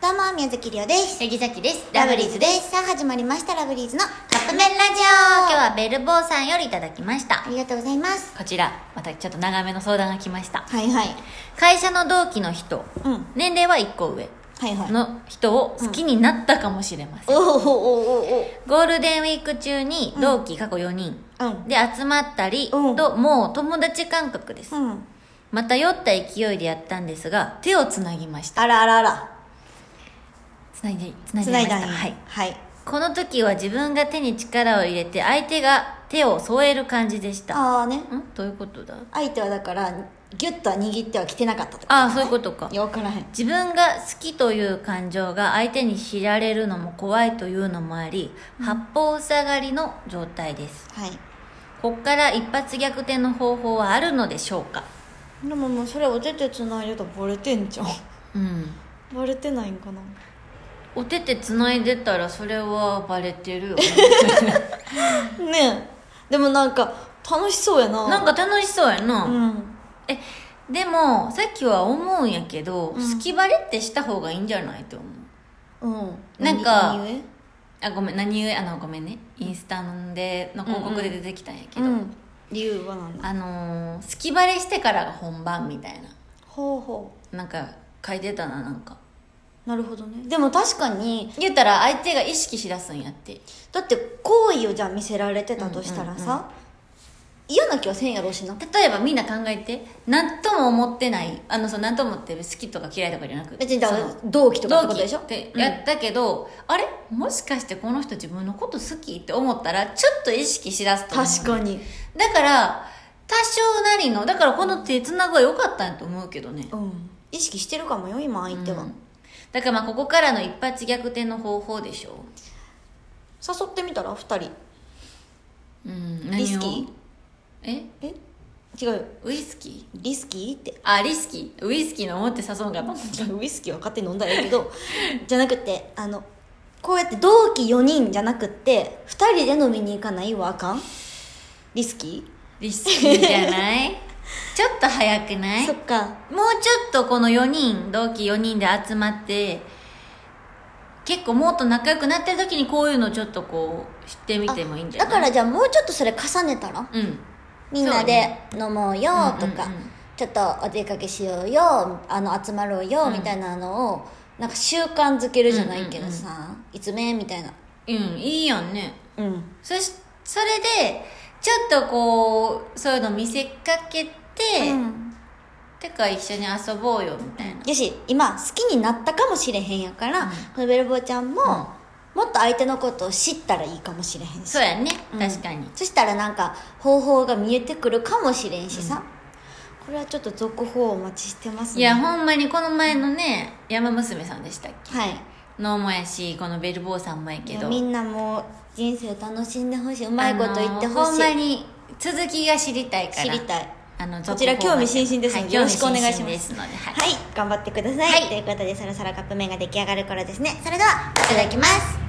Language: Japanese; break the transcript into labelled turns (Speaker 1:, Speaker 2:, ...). Speaker 1: どうも宮崎りおです
Speaker 2: ヤギザキです。
Speaker 1: すさあ始まりましたラブリーズのカップ
Speaker 2: カップ
Speaker 1: 麺ラ
Speaker 2: 麺ラ
Speaker 1: ジオ
Speaker 2: ジオ今日はベルボーさんよりいただきました
Speaker 1: あ。りがとうございます
Speaker 2: こちら、またちょっと長めの相談が来ました。
Speaker 1: はいはい
Speaker 2: 会社の同期の人、
Speaker 1: うん
Speaker 2: 年齢は1個上
Speaker 1: はいはい
Speaker 2: の人を好きになったかもしれません。
Speaker 1: おおおおお
Speaker 2: ゴールデンウィーク中に同期過去4人
Speaker 1: うん
Speaker 2: で集まったり
Speaker 1: うん
Speaker 2: と、もう友達感覚です。
Speaker 1: うん
Speaker 2: また酔った勢いでやったんですが、手をつなぎました。
Speaker 1: あらあらあら
Speaker 2: つないで、つない
Speaker 1: つ
Speaker 2: で
Speaker 1: な
Speaker 2: ま
Speaker 1: い
Speaker 2: し
Speaker 1: だね
Speaker 2: た。はい。
Speaker 1: はい
Speaker 2: この時は自分が手に力を入れて相手が手を添える感じでしたん
Speaker 1: ああね
Speaker 2: どういうことだ
Speaker 1: 相手はだからギュッとは握ってはきてなかったとか
Speaker 2: ああそういうことか
Speaker 1: よくらへん
Speaker 2: 自分が好きという感情が相手に知られるのも怖いというのもあり、八方塞がりの状態です
Speaker 1: はい
Speaker 2: こっから一発逆転の方法はあるのでしょうか
Speaker 1: でももうそれお手手つないでたらバレてんじゃん
Speaker 2: うん
Speaker 1: バレてないんかな
Speaker 2: お手手つないでたらそれはバレて るよ
Speaker 1: ねえでもなんか楽しそうやな
Speaker 2: なんか楽しそうやな、
Speaker 1: うん
Speaker 2: えでもさっきは思うんやけど、好きバレってした方がいいんじゃないと思う
Speaker 1: うん
Speaker 2: なんか
Speaker 1: 何何故
Speaker 2: あごめん何故あのごめんねインスタでの広告で出てきたんやけど、
Speaker 1: うん、理由はなんだ
Speaker 2: あのー、好きバレしてからが本番みたいな
Speaker 1: ほうほ
Speaker 2: なんか書いてたななんか
Speaker 1: うなるほどねでも確かに
Speaker 2: 言ったら相手が意識しだすんやって
Speaker 1: だって好意をじゃあ見せられてたとしたらさ、嫌な気はせんやろうしな
Speaker 2: 例えばみんな考えて何とも思ってないあのそう何ともって好きとか嫌いとかじゃなく
Speaker 1: 別にだから
Speaker 2: その
Speaker 1: 同期とかって
Speaker 2: 同
Speaker 1: こと
Speaker 2: 期
Speaker 1: でしょ
Speaker 2: って
Speaker 1: うん
Speaker 2: やったけど、あれもしかしてこの人自分のこと好きって思ったらちょっと意識しだすと思う
Speaker 1: 確かに
Speaker 2: だから多少なりのだからこの手つなぐは良かったんやと思うけどね
Speaker 1: うん意識してるかもよ今相手は、
Speaker 2: うんだからまあここからの一発逆転の方法でしょ
Speaker 1: 誘ってみたら2人
Speaker 2: うん
Speaker 1: リ
Speaker 2: リ
Speaker 1: ス
Speaker 2: ス
Speaker 1: キ
Speaker 2: キ
Speaker 1: ー
Speaker 2: ーえ
Speaker 1: え違うよ
Speaker 2: ウイスキ
Speaker 1: リスキーって
Speaker 2: ーあリスキーウイスキーの思って誘うん かと思った
Speaker 1: ウイスキーは勝手に飲んだらいいけ どじゃなくてあのこうやって同期4人じゃなくって2人で飲みに行かないはあかんリスキ
Speaker 2: リスキーじゃない ちょっと早くな
Speaker 1: ー
Speaker 2: い
Speaker 1: そ
Speaker 2: も
Speaker 1: っ
Speaker 2: う
Speaker 1: か
Speaker 2: ちょっとこの4人同期4人で集まって結構もっと仲良くなってる時にこういうのちょっとこう知ってみてもいいんじゃ
Speaker 1: だ
Speaker 2: ない
Speaker 1: からじゃあもうちょっとそれ重ねたら
Speaker 2: うん
Speaker 1: みんなで飲もうよとか、
Speaker 2: うんうんうん
Speaker 1: ちょっとお出かけしようよあの集まろうよみたいなのをなんか習慣づけるじゃないけどさ、いつめみたいな
Speaker 2: うんいいやんね
Speaker 1: うん
Speaker 2: そしそれでちょっとこうそういうの見せかけて、てか一緒に遊ぼうよみたいな
Speaker 1: よし今好きになったかもしれへんやから、
Speaker 2: うん
Speaker 1: このベルボーちゃんも、もっと相手のことを知ったらいいかもしれへんし
Speaker 2: そうやね、
Speaker 1: うん
Speaker 2: 確かに
Speaker 1: そしたらなんか方法が見えてくるかもしれんしさ、これはちょっと続報をお待ちしてます
Speaker 2: い
Speaker 1: ね
Speaker 2: やほんまにこの前のね山娘さんでしたっ
Speaker 1: はい
Speaker 2: けのもやしこのベルボーさんもやけ
Speaker 1: いや
Speaker 2: ど
Speaker 1: みんなもう人生楽しんでほしいうまいこと言って
Speaker 2: あの
Speaker 1: ほし
Speaker 2: ほ
Speaker 1: い、
Speaker 2: んまに続きが知りたいから
Speaker 1: 知りたい
Speaker 2: あの
Speaker 1: こちら興味津々ですので
Speaker 2: はい
Speaker 1: よろしくお願いします
Speaker 2: 興味津々ですのではい
Speaker 1: はい頑張ってください、
Speaker 2: はい
Speaker 1: ということでそろそろカップ麺が出来上がる頃ですねそれではいただきます